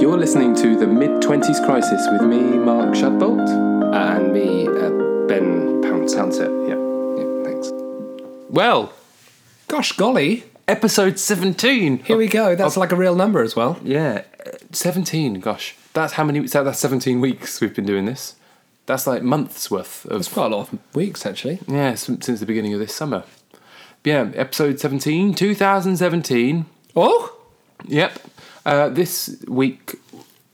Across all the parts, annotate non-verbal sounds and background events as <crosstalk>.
You're listening to the Mid 20s Crisis with me, Mark Shadbolt. Uh, and me, uh, Ben Pounce. Sunset, yeah. Yeah, thanks. Well, gosh golly, Episode 17. here we go. That's like a real number as well. Yeah, uh, 17, gosh. That's how many weeks? that- That's 17 weeks we've been doing this. That's like months worth of. It's quite a lot of weeks, actually. Yeah, since, since the beginning of this summer. Yeah, episode 17, 2017. Oh, Yep. Uh, this week,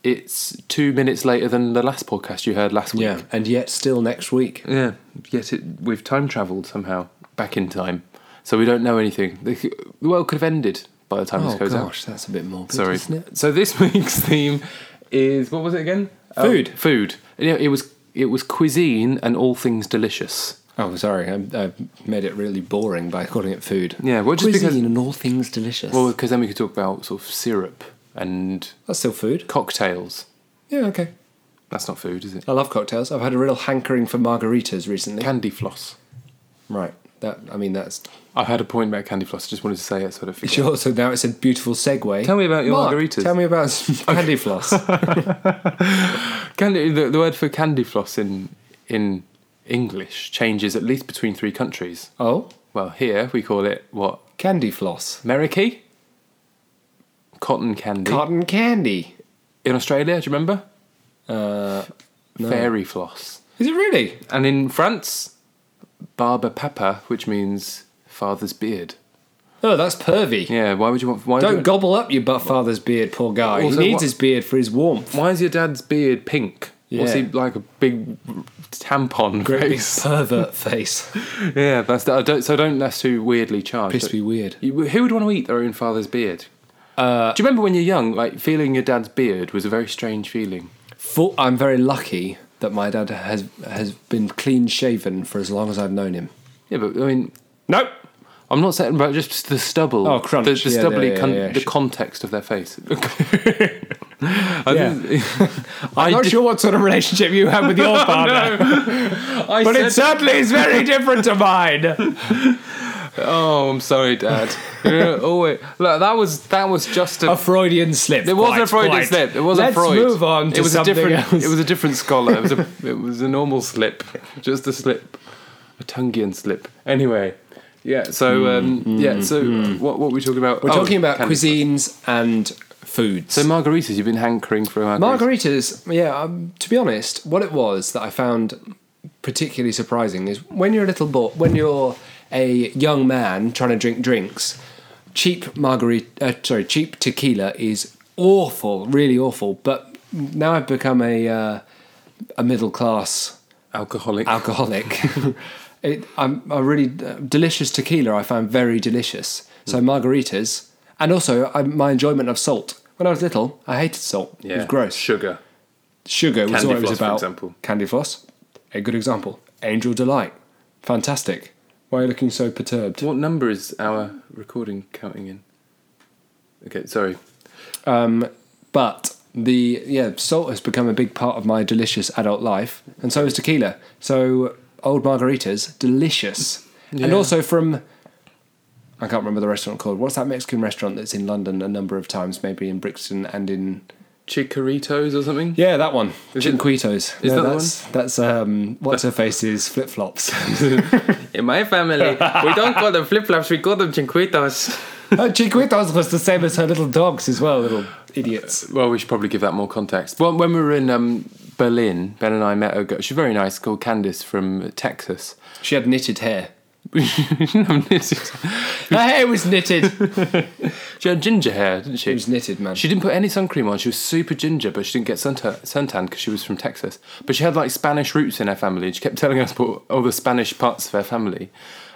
it's two minutes later than the last podcast you heard last week. yeah, and yet still next week. Yeah, yet it, we've time travelled somehow back in time, so we don't know anything. The, the world could have ended by the time Oh this goes gosh, that's a bit morbid, out. Sorry. isn't it? So this <laughs> week's theme is what was it again? Oh, Food. food. Yeah, it was it was cuisine and all things delicious. Oh, sorry, I, I made it really boring by calling it food. Yeah, well, just Cuisine because- and all things delicious. Well, because then we could talk about sort of syrup and that's still food. cocktails. Yeah, okay. That's not food, is it? I love cocktails. I've had a real hankering for margaritas recently. Candy floss. right. That I mean, that's I had a point about candy floss. I just wanted to say it sort of. sure. So now it's a beautiful segue. Tell me about your Mark, margaritas. Tell me <laughs> about some candy floss. Candy, the, the word for candy floss in in English changes at least between three countries. oh, Well, here we call it what? candy floss. Merricky? Cotton candy. Cotton candy. in Australia, do you remember? Uh, no. Fairy floss. Is it really? And in France, Barber Papa, which means father's beard. Oh, that's pervy. Yeah, why would you want. Why, do Don't gobble up your butt father's beard, poor guy. Also, he needs what- his beard for his warmth. why is your dad's beard pink? What's he Yeah. like a big tampon Great big <laughs> face? pervert <laughs> face. Yeah, that's I don't, so don't that's too weirdly charged. Supposed to be weird. You, who would want to eat their own father's beard? Uh, Do you remember when you're young, like feeling your dad's beard was a very strange feeling? For, I'm very lucky that my dad has has been clean shaven for as long as I've known him. Yeah, but I mean, Nope. I'm not saying about just the stubble. Oh, crunch. The, the Yeah, stubbly, yeah, yeah, con- yeah, the sure. context of their <laughs> face. I didn't- I I'm not did- sure what sort of relationship you have with <laughs> your <laughs> father, <laughs> I but said- it certainly is very different to mine. oh, I'm sorry, Dad. Yeah, oh wait, look, that was that was just a. <laughs> A Freudian slip. it wasn't Quite, a Freudian quite. slip. It wasn't Let's Freud. move on to it was something a different. else. It was a different scholar. It was <laughs> a, it was a normal slip, just a slip, a Tungian slip. Anyway, yeah. So um, yeah. So what what were we talking about? Mm, We're talking about candy. cuisines and foods. Oh, So margaritas, you've been hankering for a margarita. Margaritas, yeah, um, to be honest, what it was that I found particularly surprising is when you're a little boy, when you're a young man trying to drink drinks, cheap margarita, uh, sorry, cheap tequila is awful, really awful. But now I've become a uh, a middle class Alcoholic. alcoholic. <laughs> it, I'm, I really uh, delicious tequila. I found very delicious. So Hmm. margaritas, and also I, my enjoyment of salt. When I was little, I hated salt. It was gross. Sugar. Sugar was Candy what it was floss, for about. example. Candy floss, a good example. Angel Delight, fantastic. Why are you looking so perturbed? What number is our recording counting in? Okay, sorry. Um, but the yeah, salt has become a big part of my delicious adult life, and so has tequila. So old margaritas, delicious, and Yeah. also from. I can't remember the restaurant called. What's that Mexican restaurant that's in London a number of times, maybe in Brixton and in Chicoritos or something? yeah, that one, Is it- Chinquitos. is that the that's that's um, what's her face's <laughs> flip flops. In my family, we don't call them flip flops, we call them chinquitos. Oh, Chiquitos was the same as her little dogs as well, little idiots. Well, we should probably give that more context. Well, when we were in um, Berlin, Ben and I met a girl, she's very nice, called Candice from Texas. <laughs> She had knitted hair. No, knitted- Her hair was knitted. it she had ginger hair, didn't she? was knitted, man. She didn't put any sun cream on. She was super ginger, but she didn't get sunta- suntan because she was from Texas. But she had like Spanish roots in her family. and She kept <laughs> telling us about all the Spanish parts of her family.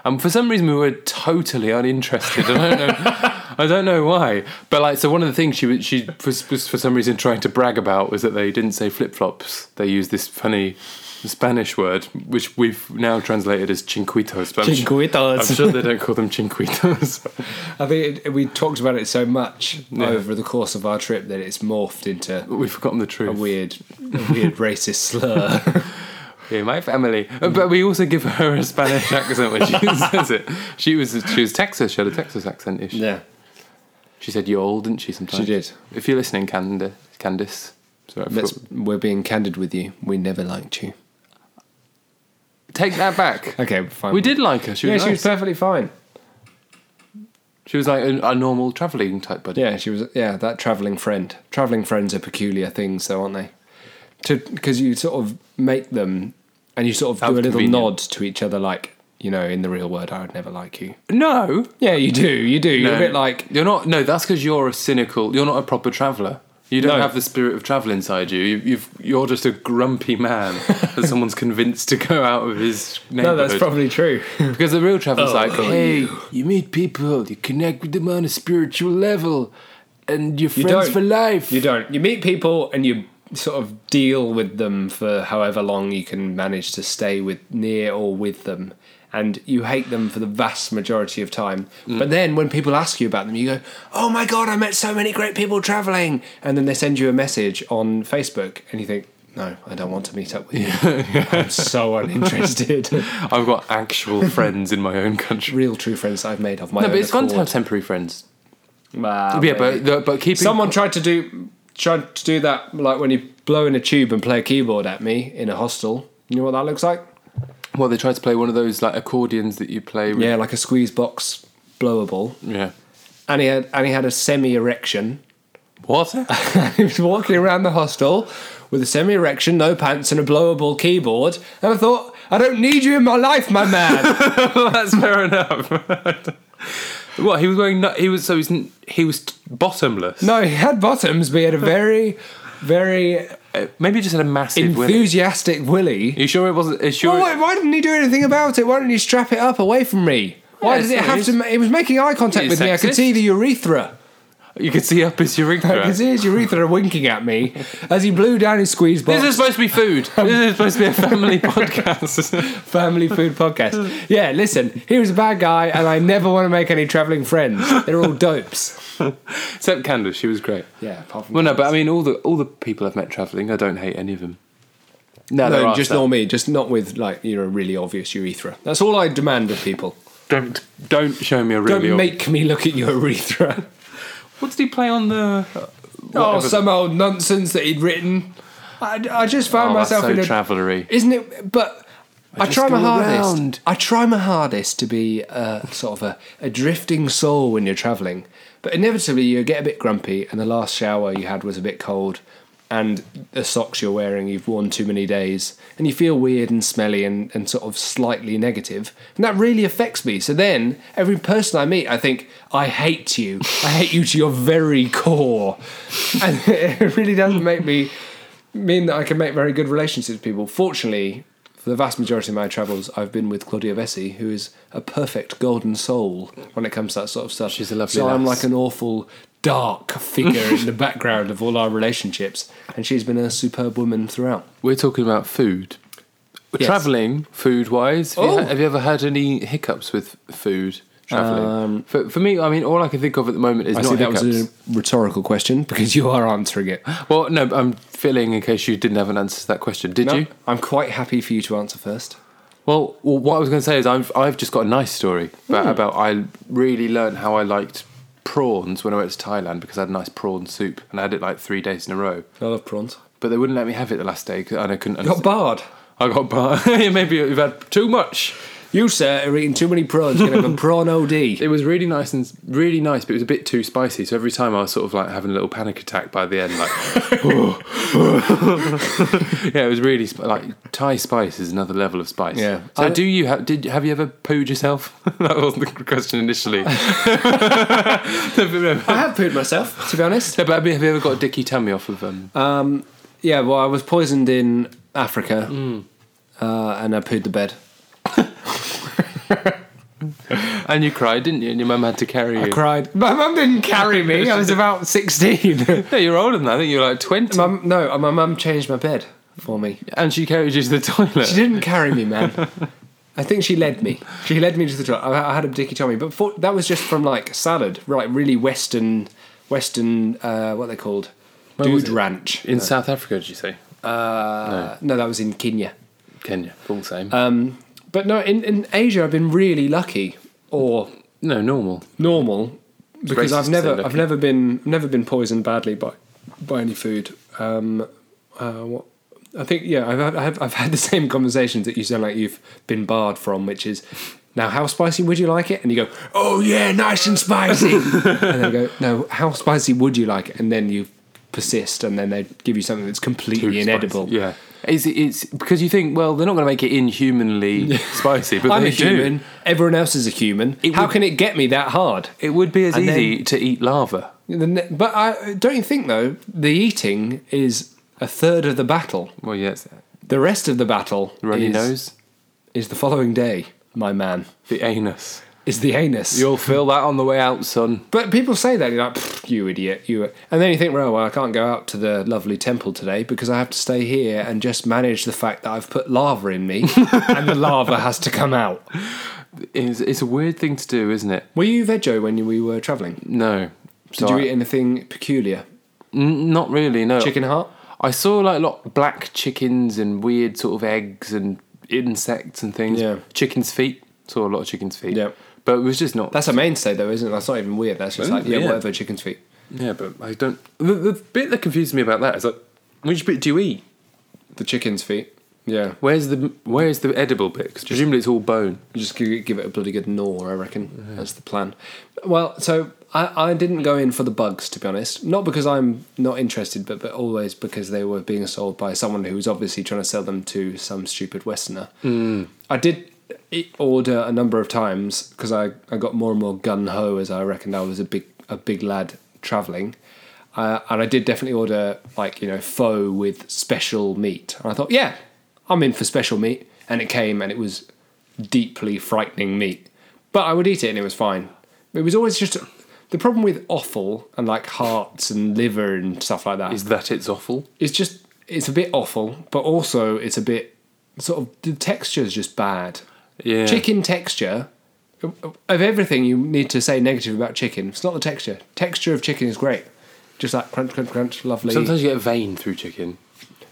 And for some reason, we were totally uninterested. I don't know. <laughs> I don't know why. But like, so one of the things she was, she was, was for some reason trying to brag about was that they didn't say flip flops. They used this funny Spanish word, which we've now translated as chinquitos. But I'm su- Chinquitos. I'm sure they don't call them chinquitos. <laughs> I think it, we talked about it so much over the course of our trip that it's morphed into We've forgotten the truth. a weird, a <laughs> weird racist slur. Yeah, my family. Uh, But we also give her a Spanish <laughs> accent when she says it. She was she was Texas. She had a Texas accent ish. yeah. She said y'all, didn't she? Sometimes She did. If you're listening, Candice, Candice, sorry, I Let's, forgot- we're being candid with you. We never liked you. take that back. <laughs> Okay, fine. We did like her. She yeah, was, she was nice. perfectly fine. she was like a, a normal travelling type buddy. Yeah, she was. Yeah, that traveling friend. Traveling friends are peculiar things, though, aren't they? To because you sort of make them, and you sort of How do a little convenient. nod to each other, like you know, in the real world, I would never like you. No, Yeah, you do. You do. You're a bit like you're not. No, that's because you're a cynical. You're not a proper traveller. You don't No. have the spirit of travel inside you. you you've, you're just a grumpy <laughs> man that someone's convinced to go out of his no, neighbourhood. that's probably true. Because the real travel's like, how are Oh. hey, you? meet people, you connect with them on a spiritual level, and you're friends don't. for life. you don't. You meet people and you sort of deal with them for however long you can manage to stay with near or with them. And you hate them for the vast majority of time. Mm. But then when people ask you about them, you go, Oh my God, I met so many great people traveling. And then they send you a message on Facebook and you think, No, I don't want to meet up with you. <laughs> I'm so uninterested. I've got actual <laughs> friends in my own country. Real true friends I've made of <laughs> my No, own but it's fun to accord. have temporary friends. Ah, yeah, maybe. but the- but keeping Someone tried to do tried to do that like when you blow in a tube and play a keyboard at me in a hostel. You know what that looks like? well, they tried to play one of those like accordions that you play. With. Yeah, like a squeeze box blowable. yeah. And he had and he had a semi <laughs> erection. What? he was walking around the hostel with a semi erection, no pants, and a blowable keyboard. And I thought, I don't need you in my life, my man. <laughs> That's fair enough. <laughs> what he was wearing? No, he was so he's n- he was t- bottomless. no, he had bottoms, but he had a very, very Uh, maybe he just had a massive. willy. enthusiastic willy. Are you sure it wasn't? Are you sure? Well, it- why, why didn't he do anything about it? Why didn't he strap it up away from me? Why Yeah, did it it's- have to? ma- It was making eye contact He's with me. I could sexist. see the urethra. you could see up his I urethra. could see his urethra winking <laughs> at me as he blew down his squeeze box. This is supposed to be <laughs> food. This is supposed to be a <laughs> family podcast. family food podcast. Yeah, listen, he was a bad guy, and I never want to make any travelling friends. They're all dopes. <laughs> Except Candace, she was great. Yeah, apart from Well, no, but I mean, all the all the people I've met travelling, I don't hate any of them. <laughs> No, there no, are just some. not me. Just not with like you know really obvious urethra. That's all I demand of people. Don't don't show me a Don't really. old- make me look at your urethra. What did he play on the? uh, oh, <laughs> whatever- some old nonsense that he'd written. I, I just found Oh, that's myself so in a travellery. isn't it? But I, just try my go hardest. around. I try my hardest to be uh, sort of a, a drifting soul when you're travelling, but inevitably you get a bit grumpy, and the last shower you had was a bit cold, and the socks you're wearing you've worn too many days, and you feel weird and smelly and, and sort of slightly negative, and that really affects me. So then every person I meet, I think I hate you. I hate you to your very core, <laughs> and it really doesn't make me mean that I can make very good relationships with people. Fortunately, for the vast majority of my travels, I've been with Claudia Vessi, who is a perfect golden soul when it comes to that sort of stuff. She's a lovely So I'm lass. like an awful dark figure in the background of all our relationships, and she's been a superb woman throughout. We're talking about food. Yes. Travelling, food wise, have, you Oh. ha- have you ever had any hiccups with food travelling? Um, for, for me, I mean, all I can think of at the moment is I not see that hiccups. was a rhetorical question because you are answering it. Well, no, but I'm filling in case you didn't have an answer to that question. Did No, you? I'm quite happy for you to answer first. Well, well, what I was going to say is I've I've just got a nice story about, about I really learned how I liked prawns when I went to Thailand because I had a nice prawn soup and I had it like three days in a row. I love prawns. But they wouldn't let me have it the last day 'cause- and I couldn't. Got Understand. barred. I got <laughs> bar. Yeah, Maybe you've had too much. You, sir, are eating too many prawns. You're going to have a prawn OD. It was really nice and really nice, but it was a bit too spicy. So every time I was sort of like having a little panic attack by the end, like. <laughs> yeah, it was really sp- like Thai spice is another level of spice. Yeah. So I- do you have did have you ever pooed yourself? <laughs> that wasn't the question <laughs> initially. I have pooed myself, to be honest. Yeah, but have you have you ever got a dicky tummy off of um? Um, yeah, well, I was poisoned in Africa, Mm. uh, and I pooed the bed. And you cried, didn't you? And your mum had to carry you. I cried. My mum didn't carry me. I was about sixteen. No, you're older than that. I think you were like twenty, <laughs> mum, no, uh, my mum changed my bed for me. and she carried you to the <laughs> She toilet. didn't carry me, man. I think she led me. She led me to the toilet. I I had a dicky tummy, but for, that was just from like salad, right? Really Western, Western. Uh, what are they called? was Dude it? ranch. In South Africa, did you say? Uh, no, that was in Kenya. Kenya, all the same. Um, but no, in, in Asia, I've been really lucky, or no, normal. normal because racist I've to never say I've lucky. never been never been poisoned badly by by any food. Um, uh, what, I think yeah I've, had- I've I've had the <laughs> same conversations that you sound like you've been barred from, which is now how spicy would you like it? And you go oh yeah nice <laughs> and spicy, and they go no how spicy would you like it? And then you persist, and then they give you something that's completely spicy. inedible. Yeah. It's, it's because you think, well, they're not going to make it <laughs> inhumanly spicy, but I'm they a do. human. Everyone else is a human. It How would- can it get me that hard? It would be as And then- easy to eat lava. The ne- But I don't you think though the eating is a third of the battle. Well, yes. The rest of the battle The runny is, nose, is the following day, my man. the anus. Is the anus. You'll feel that on the way out, son. but people say that you're like, "Pfft, you idiot, you. And then you think, well, well, I can't go out to the lovely temple today because I have to stay here and just manage the fact that I've put lava in me, and the lava has to come out. It's, it's a weird thing to do, isn't it? Were you vego when you, we were travelling? No. Did you eat anything peculiar? N- not really, no. Chicken heart. I saw like a lot of black chickens and weird sort of eggs and insects and things. Yeah. Chicken's feet. Saw a lot of chicken's feet. Yeah. But it was just not. That's a mainstay though, isn't it? That's not even weird. That's just Oh, like yeah, yeah. whatever chicken's feet. yeah, but I don't. The, the bit that confused me about that is like, which bit do you eat? The chicken's feet. Yeah. Where's the where's the edible bit? Because presumably it's all bone. You just give, give it a bloody good gnaw, I reckon. That's the plan. Well, so I, I didn't go in for the bugs, to be honest. Not because I'm not interested, but, but always because they were being sold by someone who was obviously trying to sell them to some stupid Westerner. I did i- order a number of times because I, I got more and more gun ho as I reckoned I was a big a big lad traveling. Uh, and I did definitely order like you know faux with special meat. And I thought, yeah, I'm in for special meat. And it came and it was deeply frightening meat. But I would eat it and it was fine. It was always just the problem with offal and like hearts and liver and stuff like that Is that it's awful? it's just it's a bit awful, but also it's a bit sort of the texture's just bad. Yeah. Chicken texture of everything you need to say negative about chicken. It's not the texture. Texture of chicken is great. Just like crunch, crunch, crunch, lovely. Sometimes you get a vein through chicken.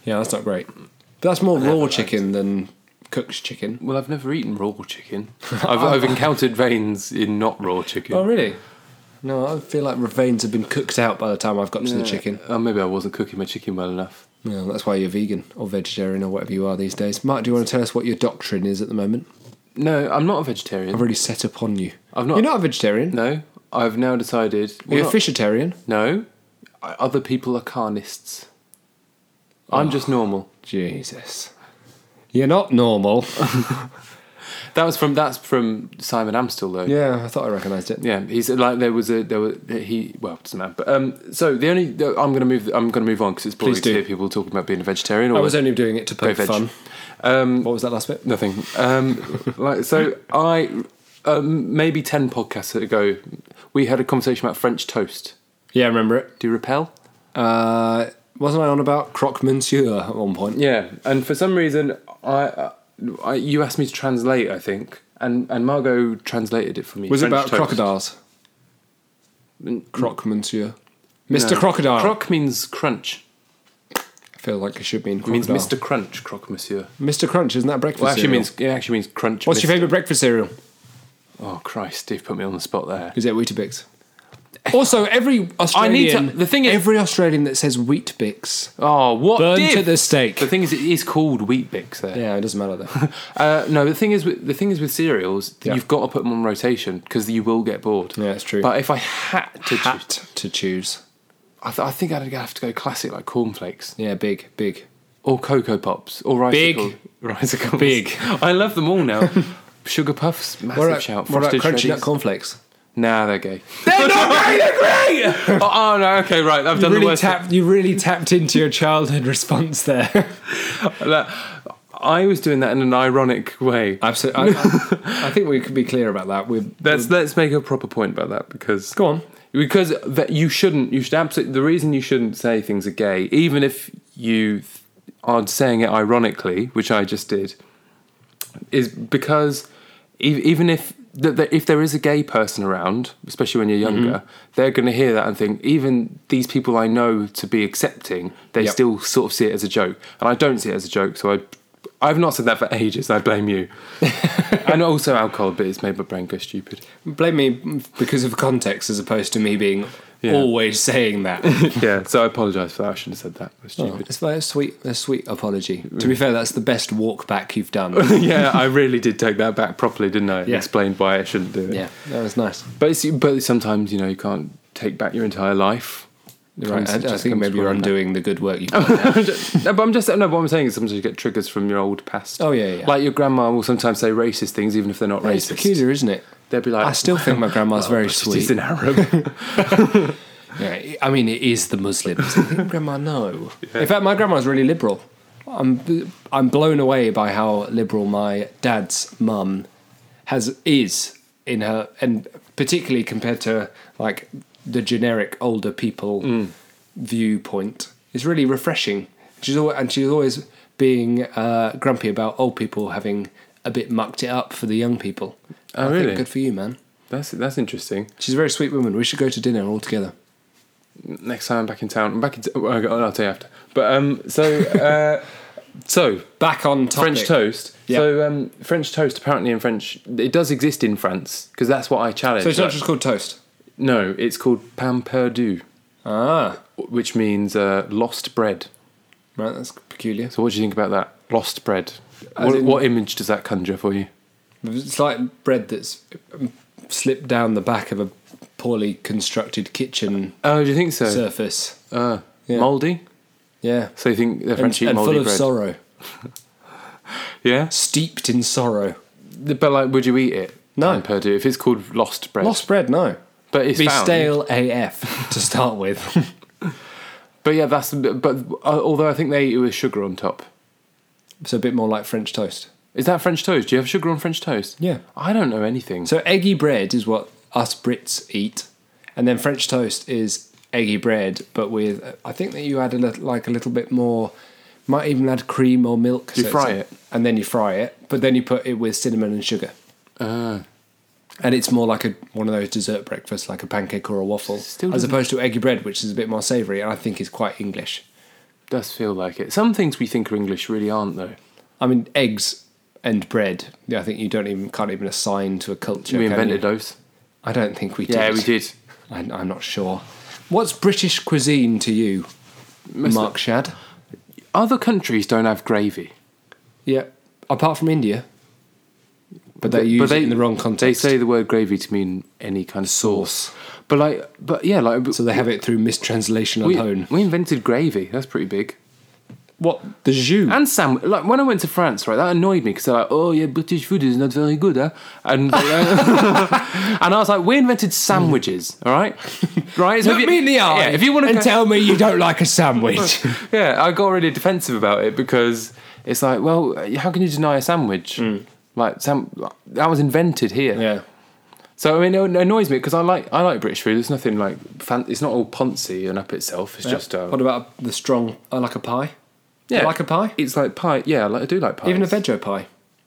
yeah, that's not great. But that's more raw chicken than cooked chicken. Well, I've never eaten raw <laughs> chicken. I've, I've encountered veins in not raw chicken. Oh, really? No, I feel like veins have been cooked out by the time I've got to the chicken. Oh, maybe I wasn't cooking my chicken well enough. Yeah, that's why you're vegan or vegetarian or whatever you are these days. Mark, do you want to tell us what your doctrine is at the moment? No, I'm not a I've vegetarian. already set upon you. I've not- You're not a vegetarian. No, I've now decided. Are you Well, a fishitarian? No, I- other people are carnists. I'm just normal. Jesus. You're <laughs> not normal. That was from that's from Simon Amstel though. yeah, I thought I recognised it. Yeah, he's like there was a there was he well it doesn't matter. But um, so the only the- I'm gonna move I'm gonna move on because it's boring Please to do. hear people talking about being a vegetarian or I was only doing it to go poke veg. fun. Um, What was that last bit? nothing. Um, like so I um, maybe ten podcasts ago we had a conversation about French toast. Yeah, I remember it. Do you repel? Uh, wasn't I on about croque monsieur at one point? Yeah, and for some reason, I, I you asked me to translate, I think, and and Margot translated it for me. Was it French about toast. Mm. crocodiles? Croque monsieur. Mr. No. Crocodile. Croc means crunch. I feel like it should mean It means crocodile. Mr. Crunch, Croc Monsieur. Mr. Crunch, isn't that breakfast Well, actually, cereal? means it actually means crunch. What's your Mr. favourite breakfast cereal? Oh Christ, Steve put me on the spot there. Is it Weetabix? Also, every Australian. the thing is- every Australian that says Wheatbix Oh, what? burnt div? at the stake. The thing is, it is called wheat bix. There. <laughs> yeah, it doesn't matter though. Uh, no, the thing is, with, the thing is with cereals, Yeah. you've got to put them on rotation because you will get bored. Yeah, it's true. But if I had to, Hat choose, to choose. I, th- I think I'd have to go classic like cornflakes. Yeah, big, big. or cocoa pops or rice Big. Ricicles. Big. <laughs> I love them all now. <laughs> Sugar puffs, massive shout. what about Frosted crunchy nut Shreddies. cornflakes? Nah, they're <laughs> gay. They're not gay. <laughs> They're gay. oh, oh, no. Okay, right. I've You done the really, worst. tapped, you really tapped into your childhood response <laughs> there. Look, I was doing that in an ironic way. Absolutely. I, I, I think we could be clear about that. We're, Let's let's make a proper point about that because go on. because that you shouldn't you should absolutely the reason you shouldn't say things are gay even if you th- are saying it ironically which i just did is because e- even if that that if there is a gay person around especially when you're younger they're going to hear that and think even these people i know to be accepting they Yep. still sort of see it as a joke and i don't see it as a joke so i I've not said that for ages. I blame you. and also alcohol, but it's made my brain go stupid. Blame me because of context as opposed to me being Yeah. always saying <laughs> that. <laughs> yeah, so I apologise for that. I shouldn't have said that. It was Oh, stupid. <laughs> it's very sweet, a sweet apology. To be fair, that's the best walk back you've <laughs> done. yeah, I really did take that back properly, didn't I? Yeah. Explained why I shouldn't do it. yeah, that was nice. But, it's, but sometimes, you know, you can't take back your entire life. Right, Sometimes I, it I just think comes maybe you're from that. undoing the good work you've no, but I'm just no. But what I'm saying is sometimes you get triggers from your old past. Oh, yeah, yeah, yeah. Like your grandma will sometimes say racist things, even if they're not It's racist. peculiar, isn't it? Oh, They'll be like, "Oh, I still think my <laughs> grandma's very She's sweet. an Arab. Yeah, I mean, it is <laughs> the Muslims. grandma, no. In fact, my grandma's really liberal. I'm I'm blown away by how liberal my dad's mum has is in her, and particularly compared to like the generic older people Mm. viewpoint. It's really refreshing. She's always, and she's always being uh, grumpy about old people having a bit mucked it up for the young people. Oh, think really? good for you, man. <laughs> that's that's interesting. She's a very sweet woman. We should go to dinner all together. Next time I'm back in town, I'm back in. T- well, I'll tell you after. But um, so uh, <laughs> so Back on topic. French toast. Yeah. So um, French toast apparently in French it does exist in France because that's what I challenged. So it's not Like- just called toast. no, it's called pain perdu, Ah, which means uh, lost bread. right. That's peculiar. So what do you think about that? Lost bread. As What, in- what image does that conjure for you? It's like bread that's um, slipped down the back of a poorly constructed kitchen Oh, do you think so? surface. Uh, Ah, Yeah. Moldy. Yeah, So you think the and, French eat and moldy full of bread? sorrow, yeah. steeped in sorrow. But like, would you eat it? No. Pain perdu. If it's called lost bread, Lost bread, no. but it's Be found. stale AF <laughs> to start with. But yeah, that's. But uh, although I think they eat it with sugar on top. so a bit more like French toast. Is that French toast? Do you have sugar on French toast? Yeah. I don't know anything. So eggy bread is what us Brits eat, and then French toast is eggy bread, but with I think that you add a little, like a little bit more. Might even add cream or milk. You it's fry a- it? and then you fry it, but then you put it with cinnamon and sugar, Ah. and it's more like a one of those dessert breakfasts, like a pancake or a waffle, Still as doesn't- opposed to eggy bread, which is a bit more savoury, and I think is quite English. does feel like it. Some things we think are English really aren't, though. I mean, eggs and bread. Yeah, I think you don't even can't even assign to a culture. we can invented you? those. I don't think we did. Yeah, we did. I, I'm not sure. What's British cuisine to you, Mark Shad? Other countries don't have gravy. Yeah, apart from India, but they use it in the wrong context. They say the word gravy to mean any kind of sauce. But like, but yeah, like so they have it through mistranslation we, alone. we invented gravy. That's pretty big. What the jus? And Sam, like when I went to France, right, that annoyed me because they're like, "Oh yeah, British food is not very good," huh? and <laughs> and I was like, "We invented sandwiches, all <laughs> right, right?" So if Look you- me in the eye. Yeah, if you want to and tell me you don't like a sandwich. yeah, I got really defensive about it because it's like, well, how can you deny a sandwich? Like, sam- that was invented here. <laughs> Hmm. yeah, So I mean, it annoys me because I like I like British food. There's nothing like fan- it's not all poncy and up itself. It's just uh, what about the strong? I like a pie. You yeah, like a pie. It's like pie. Yeah, I like, I do like pie. Even a veggie pie.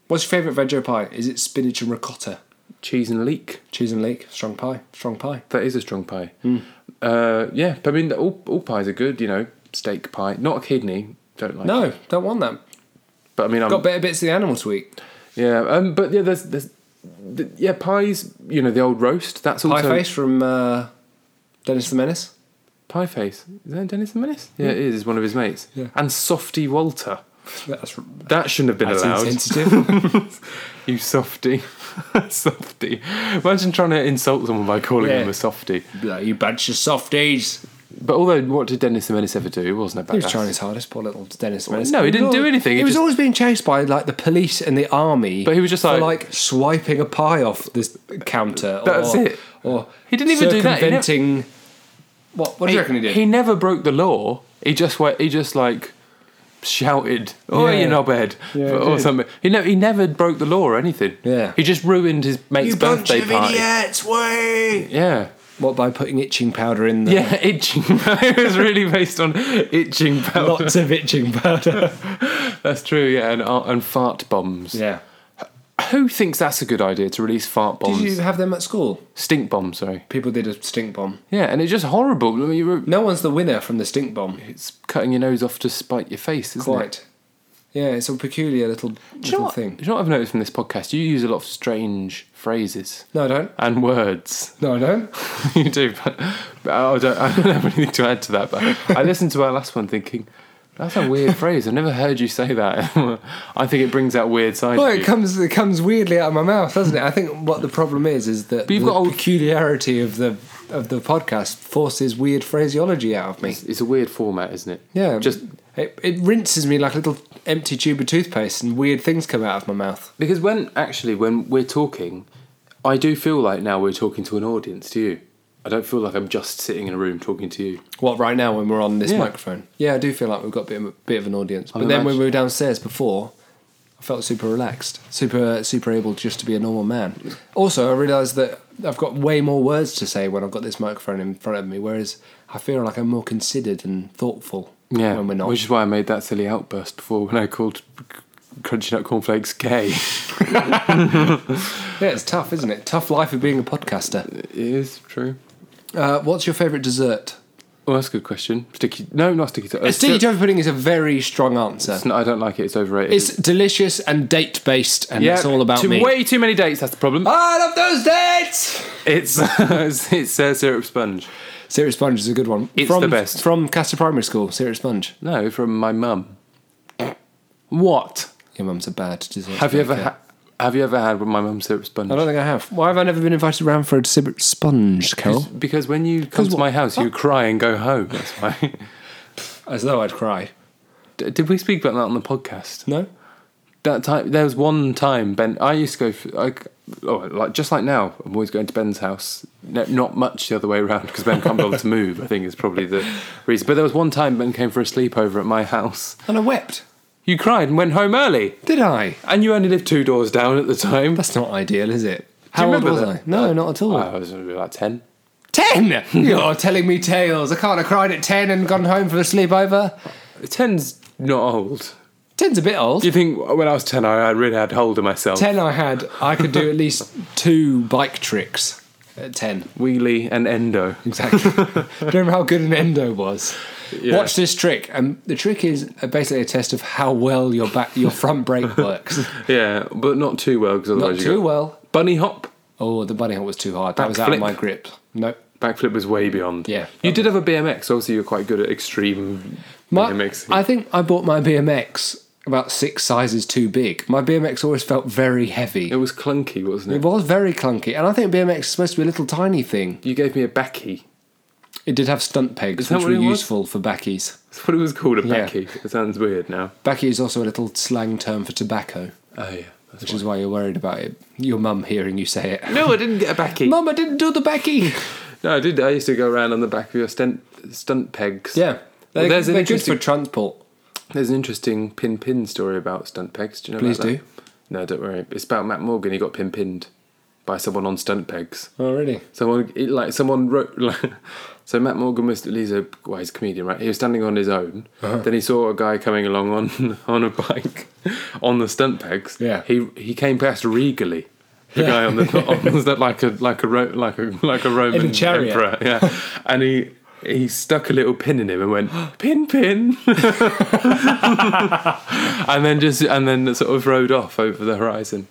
What's your favourite veggie pie? Is it spinach and ricotta? cheese and leek. Cheese and leek, strong pie, strong pie. That is a strong pie. Hmm. Uh, yeah, but I mean, all, all pies are good. You know, steak pie, not a kidney. Don't like. No, don't want that. but I mean, I'm, Got better bits of the animal to eat. yeah, um, but yeah, there's there's th yeah pies. You know, the old roast. That's also Pie Face from uh, Dennis the Menace. Pie Face. Is that Dennis the Menace? Yeah, it is. It's one of his mates. Yeah. And Softy Walter. That's, That shouldn't have been allowed. insensitive. <laughs> You softy. softy. Imagine trying to insult someone by calling Yeah. them a softy. Bloody you bunch of softies. But although, what did Dennis the Menace ever do? He wasn't a He badass. was trying his hardest, poor little Dennis the Well, Menace. no, he didn't was do al- anything, He he was just- always being chased by like the police and the army. But he was just for, like- like swiping a pie off this counter. That's or, it. Or He didn't even do that, he never- circumventing- What? What do you reckon he did? He never broke the law. He just went, he just like shouted, "Oh, Yeah. you knobhead," Yeah, he or did. something. He never, he never broke the law or anything. Yeah. he just ruined his mate's birthday party. idiots! Way. Yeah, What by putting itching powder in there? yeah, <laughs> itching. it was really based on itching powder. <laughs> Lots of itching powder. <laughs> That's true. Yeah, and uh, and fart bombs. yeah. Who thinks that's a good idea to release fart bombs? Did you have them at school? Stink bombs, sorry. People did a stink bomb. Yeah, and it's just horrible. I mean, you're, No one's the winner from the stink bomb. it's cutting your nose off to spite your face, isn't it? Quite. Yeah, it's a peculiar little Do you, know little what, thing. do you know what I've noticed from this podcast? You use a lot of strange phrases No, I don't. and words. <laughs> No, I don't. you do, but, but I, don't, I don't have anything to add to that. But I listened to our last one thinking, that's a weird phrase. I've never heard you say that. <laughs> I think it brings out weird sides. Well, of it you. comes it comes weirdly out of my mouth, doesn't it? I think what the problem is is that you've the got old- peculiarity of the of the podcast forces weird phraseology out of me. It's, it's a weird format, isn't it? Yeah, Just it, it rinses me like a little empty tube of toothpaste, and weird things come out of my mouth. because when actually when we're talking, I do feel like now we're talking to an audience. Do you? I don't feel like I'm just sitting in a room talking to you. What right now when we're on this Yeah. microphone? Yeah, I do feel like we've got a bit of, a bit of an audience. But I'm then when imagin- we were downstairs before, I felt super relaxed, super uh, super able just to be a normal man. Also, I realised that I've got way more words to say when I've got this microphone in front of me, whereas I feel like I'm more considered and thoughtful Yeah, when we're not. which is why I made that silly outburst before when I called Crunchy Nut Cornflakes gay. Yeah, it's tough, isn't it? Tough life of being a podcaster. it is true. Uh, what's your favourite dessert? Oh, that's a good question. Sticky? No, not sticky. A Uh, sticky stir- toffee pudding is a very strong answer. It's not- I don't like it. It's overrated. It's delicious and date based, and it's all about too, me. Way too many dates. That's the problem. I love those dates. <laughs> It's <laughs> it's, it's uh, syrup sponge. Serious Sponge is a good one. It's from, the best. from Castor Primary School. Serious Sponge. No, from my mum. What Your mum's a bad dessert. have you ever maker. ha- have you ever had with my mum syrup sponge? I don't think I have. Why have I never been invited round for a Serious Sponge, Carol? Because when you come to what- my house, you cry and go home. <laughs> That's why. As though I'd cry. D- Did we speak about that on the podcast? No. That time, there was one time Ben. I used to go. f I c oh, like just like now, I'm always going to Ben's house. No, not much the other way around because Ben can't be <laughs> able to move. I think is probably the reason. But there was one time Ben came for a sleepover at my house. And I wept. You cried and went home early, Did I? and you only lived two doors down at the time. That's not ideal, is it? you How old was remember Uh, I? that? No, not at all. I was about ten. <laughs> ten. You're telling me tales. I can't have cried at ten and gone home for a sleepover. Ten's not old. Ten's a bit old. Do you think when I was ten, I, I really had hold of myself? 10 I had, I could do at least two bike tricks at 10. Wheelie and endo. Exactly. <laughs> do you remember how good an endo was? Yeah. Watch this trick. And the trick is basically a test of how well your back, your front <laughs> brake works. Yeah, but not too well because otherwise Not you too go well. bunny hop. Oh, the bunny hop was too hard. That was out Backflip. of my grip. Nope. Backflip was way beyond. Yeah. You did have a BMX, so obviously you're quite good at extreme My, BMX. I think I bought my BMX about six sizes too big. My BMX always felt very heavy. it was clunky, wasn't It it? was very clunky, and I think BMX is supposed to be a little tiny thing. You gave me a backy. It did have stunt pegs, that which what were it was? useful for backies. That's what it was called, a Yeah. backy. It sounds weird now. Backy is also a little slang term for tobacco, Oh, yeah. That's which is why you're worried about it. Your mum hearing you say it. no, I didn't get a backy. Mum, I didn't do the backy. No, I did. I used to go around on the back of your stunt, stunt pegs. Yeah, Well, they're, there's an they're good interesting- for transport. There's an interesting pin pin story about stunt pegs. Do you know Please about that? do. No, don't worry. It's about Matt Morgan. He got pin pinned by someone on stunt pegs. Oh, really? Someone it, like someone wrote. <laughs> Like, so Matt Morgan was he's a well, he's a comedian, right? He was standing on his own. Uh-huh. Then he saw a guy coming along on <laughs> on a bike on the stunt pegs. Yeah. He he came past regally. The guy on the on the <laughs> stunt- like a like a Ro- like a like a Roman chariot. emperor. Yeah. <laughs> And he he stuck a little pin in him and went <gasps> pin pin, <laughs> and then just and then sort of rode off over the horizon.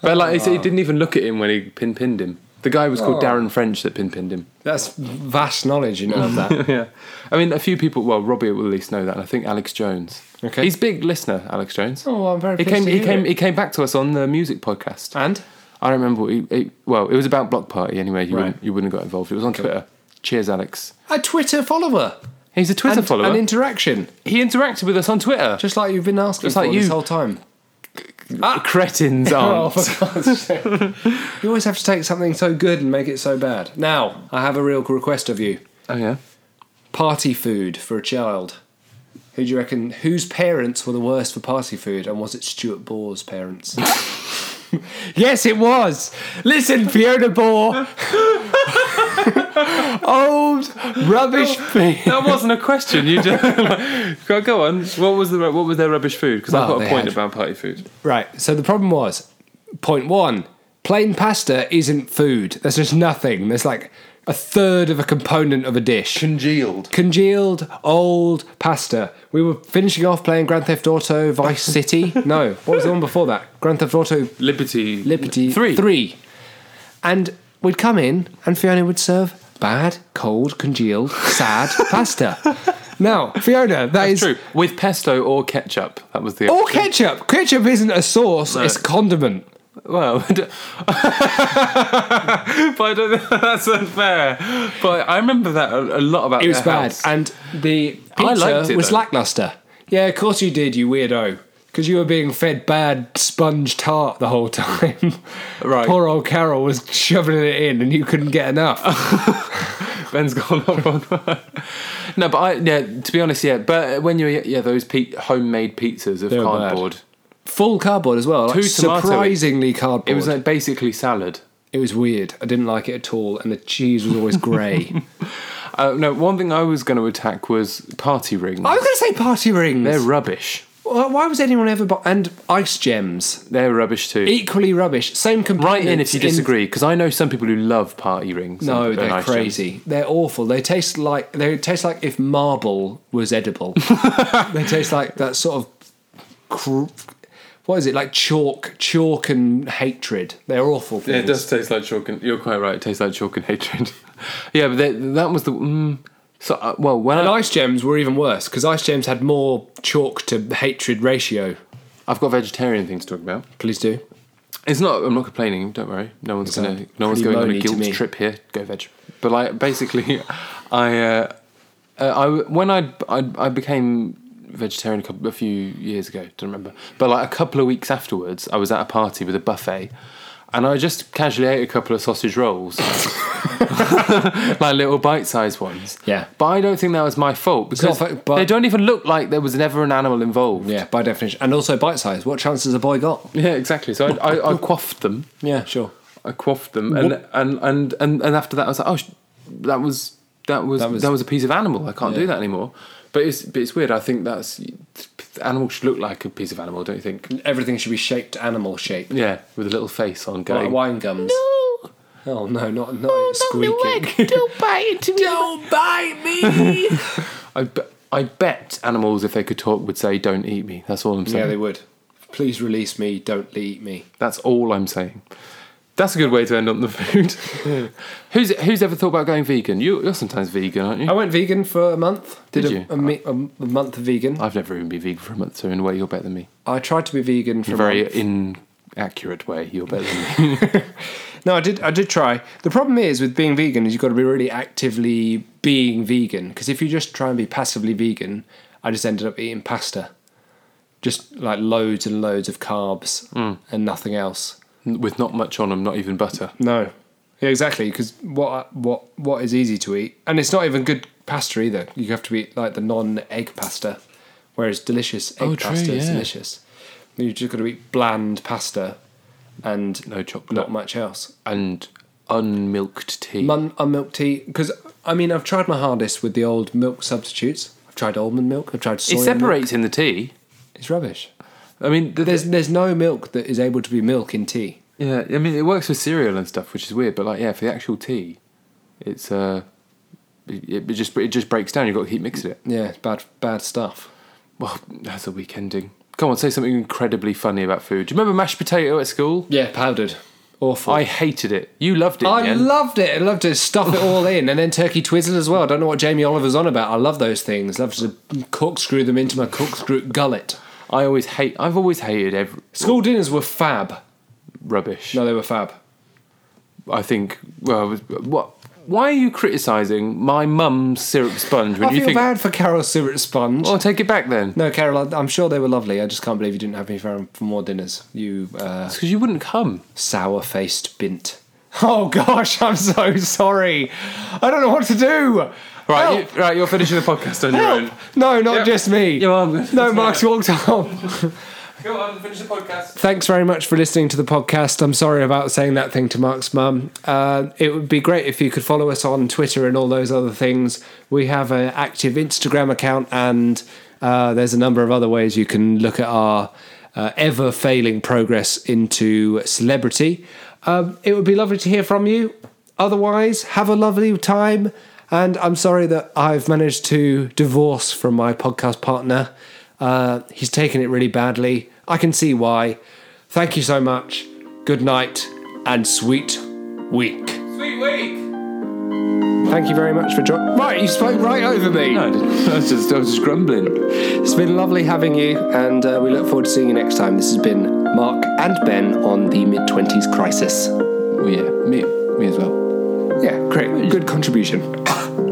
But like he didn't even look at him when he pin pinned him. The guy was called Oh. Darren French that pin pinned him. <laughs> That's vast knowledge, you know of that. yeah, I mean a few people. Well, Robbie will at least know that. And I think Alex Jones. Okay. he's a big listener. Alex Jones. Oh, I'm very He pleased came. to He hear came. it. He came back to us on the music podcast. <laughs> And I don't remember. What he, it, well, it was about Block Party anyway. You Right. wouldn't, you wouldn't have got involved. It was on Twitter. Cheers, Alex. a Twitter follower. He's a Twitter and, follower. An interaction, he interacted with us on Twitter. just like you've been asking Just for like this you. whole time. Ah, <laughs> cretins <laughs> Oh, aren't. for God's sake. You always have to take something so good and make it so bad. Now, I have a real request of you. oh yeah. party food for a child. Who do you reckon? Whose parents were the worst for party food, and was it Stuart Boar's parents? yes, it was. Listen, Fiona <laughs> Boar, old rubbish food. That wasn't a question. You just <laughs> go, go on. What was the what was their rubbish food? Because Well, I've got they a point had- about party food. Right. So the problem was, point one, plain pasta isn't food. There's just nothing. There's like a third of a component of a dish. Congealed. Congealed old pasta. We were finishing off playing Grand Theft Auto <laughs> Vice City. No, what was the one before that? Grand Theft Auto Liberty. Liberty Three. Three. And we'd come in, and Fiona would serve bad, cold, <laughs> congealed, sad pasta. Now, Fiona, that It's is true. With pesto or ketchup. That was the. Or ketchup. Ketchup isn't a sauce, it's condiment. Well, <laughs> but I don't think that's unfair. But I remember that a, a lot about It was their bad. house. And the I pizza liked it, was though. lackluster. Yeah, of course you did, you weirdo. Because you were being fed bad sponge tart the whole <laughs> time. Right. Poor old Carol was shoving it in and you couldn't get enough. <laughs> Ben's gone off on No, but I yeah. To be honest, yeah. But when you're yeah, those pe- homemade pizzas of were bad. cardboard. <laughs> Full cardboard as well. like Too tomato-y. surprisingly cardboard. It was like basically salad. it was weird. I didn't like it at all. And the cheese was always grey. Uh, no, one thing I was going to attack was party rings. <laughs> I was going to say party rings. They're rubbish. Why why was anyone ever... Bu- and ice gems. They're rubbish too. Equally rubbish. Same components. Write in if you disagree, because I know some people who love party rings. No, and- and they're ice cream. crazy. They're awful. They taste like they taste like if marble was edible. <laughs> they taste like that sort of cr- what is it like chalk, chalk and hatred. They're awful Yeah, things. it does taste like chalk and you're quite right. It tastes like chalk and hatred. <laughs> yeah, but that, that was the mm, so uh, well when And I, ice gems were even worse because ice gems had more chalk to hatred ratio. I've got vegetarian things to talk about. Please do. It's not. I'm not complaining. Don't worry. No one's gonna. No one's pretty going on moany a to guilt me. trip here. Go veg. But like basically, <laughs> I, uh, uh, I when I I I became vegetarian a, couple, a few years ago. Don't remember. But like a couple of weeks afterwards, I was at a party with a buffet. And I just casually ate a couple of sausage rolls, <laughs> like little bite-sized ones. Yeah. but I don't think that was my fault because fa- but- they don't even look like there was never an animal involved. Yeah, by definition, and also bite size. What chance has a boy got? <laughs> yeah, exactly. So I, I, I quaffed them. Yeah, sure. I quaffed them, and and, and and and after that, I was like, oh, sh- that was that was that was, was- a piece of animal. I can't do Yeah. that anymore. But it's but it's weird. I think that's animal should look like a piece of animal, don't you think? Everything should be shaped animal shape, Yeah, with a little face on like going. wine gums. No, Oh no, not not no, squeaking. no, <laughs> don't bite into me. Don't bite me. I, be- I bet animals, if they could talk, would say, "Don't eat me." That's all I'm saying. Yeah, they would. Please release me. Don't eat me. That's all I'm saying. That's a good way to end on the <laughs> food. who's who's ever thought about going vegan? You, you're sometimes vegan, aren't you? I went vegan for a month. Did, Did a, you? A, me- a m- a month vegan. I've never even been vegan for a month, so in a way, you're better than me. I tried to be vegan for a a very month. inaccurate way. You're better than me. <laughs> No, I did. I did try. The problem is with being vegan is you've got to be really actively being vegan because if you just try and be passively vegan, I just ended up eating pasta, just like loads and loads of carbs Hmm. and nothing else. With not much on them, not even butter. No, yeah, exactly. Because what what what is easy to eat, and it's not even good pasta either. You have to eat like the non-egg pasta, whereas delicious egg Oh, true, pasta is yeah. delicious. You just got to eat bland pasta and No chocolate. not much else. And unmilked tea. Mun- unmilked tea, because I mean, I've tried my hardest with the old milk substitutes. I've tried almond milk. I've tried it soy. milk. separates in the tea. It's rubbish. I mean, th- There's there's no milk that is able to be milk in tea. yeah. I mean, it works for cereal and stuff, which is weird. But like, yeah, for the actual tea, it's uh, it, it just it just breaks down. You've got to keep mixing it. Yeah, it's bad bad stuff. Well, that's a weak ending. Come on, say something incredibly funny about food. Do you remember mashed potato at school? Yeah, powdered. Awful. I hated it. You loved it. in the I end. loved it. I loved to stuff it all in, and then turkey twizzle as well. I don't know what Jamie Oliver's on about. I love those things. Love to corkscrew them into my corkscrew gullet. I always hate. I've always hated every School dinners were fab. rubbish. No, they were fab. I think. Well, what? Why are you criticising my mum's syrup sponge when I you feel think? bad for Carol Syrup Sponge. Well, take it back then. No, Carol, I- I'm sure they were lovely. I just can't believe you didn't have me for, for more dinners. You uh, Because you wouldn't come. sour faced bint. Oh gosh, I'm so sorry. I don't know what to do. Right, Help. you, right. You're finishing the podcast on your own. No, not Yeah. just me. Your mum. No, Mark's walked on. Go on, finish the podcast. Thanks very much for listening to the podcast. I'm sorry about saying that thing to Mark's mum. Uh, it would be great if you could follow us on Twitter and all those other things. We have an active Instagram account, and uh, there's a number of other ways you can look at our uh, ever failing progress into celebrity. Um, it would be lovely to hear from you. Otherwise, have a lovely time. And I'm sorry that I've managed to divorce from my podcast partner. Uh, he's taken it really badly. I can see why. Thank you so much. Good night and sweet week. Sweet week. Thank you very much for joining. Right, you spoke right over me. No, I, didn't. <laughs> I was just I was just grumbling. It's been lovely having you, and uh, we look forward to seeing you next time. This has been Mark and Ben on the Mid 20s Crisis. Well, yeah, me me as well. Yeah, great. Good contribution.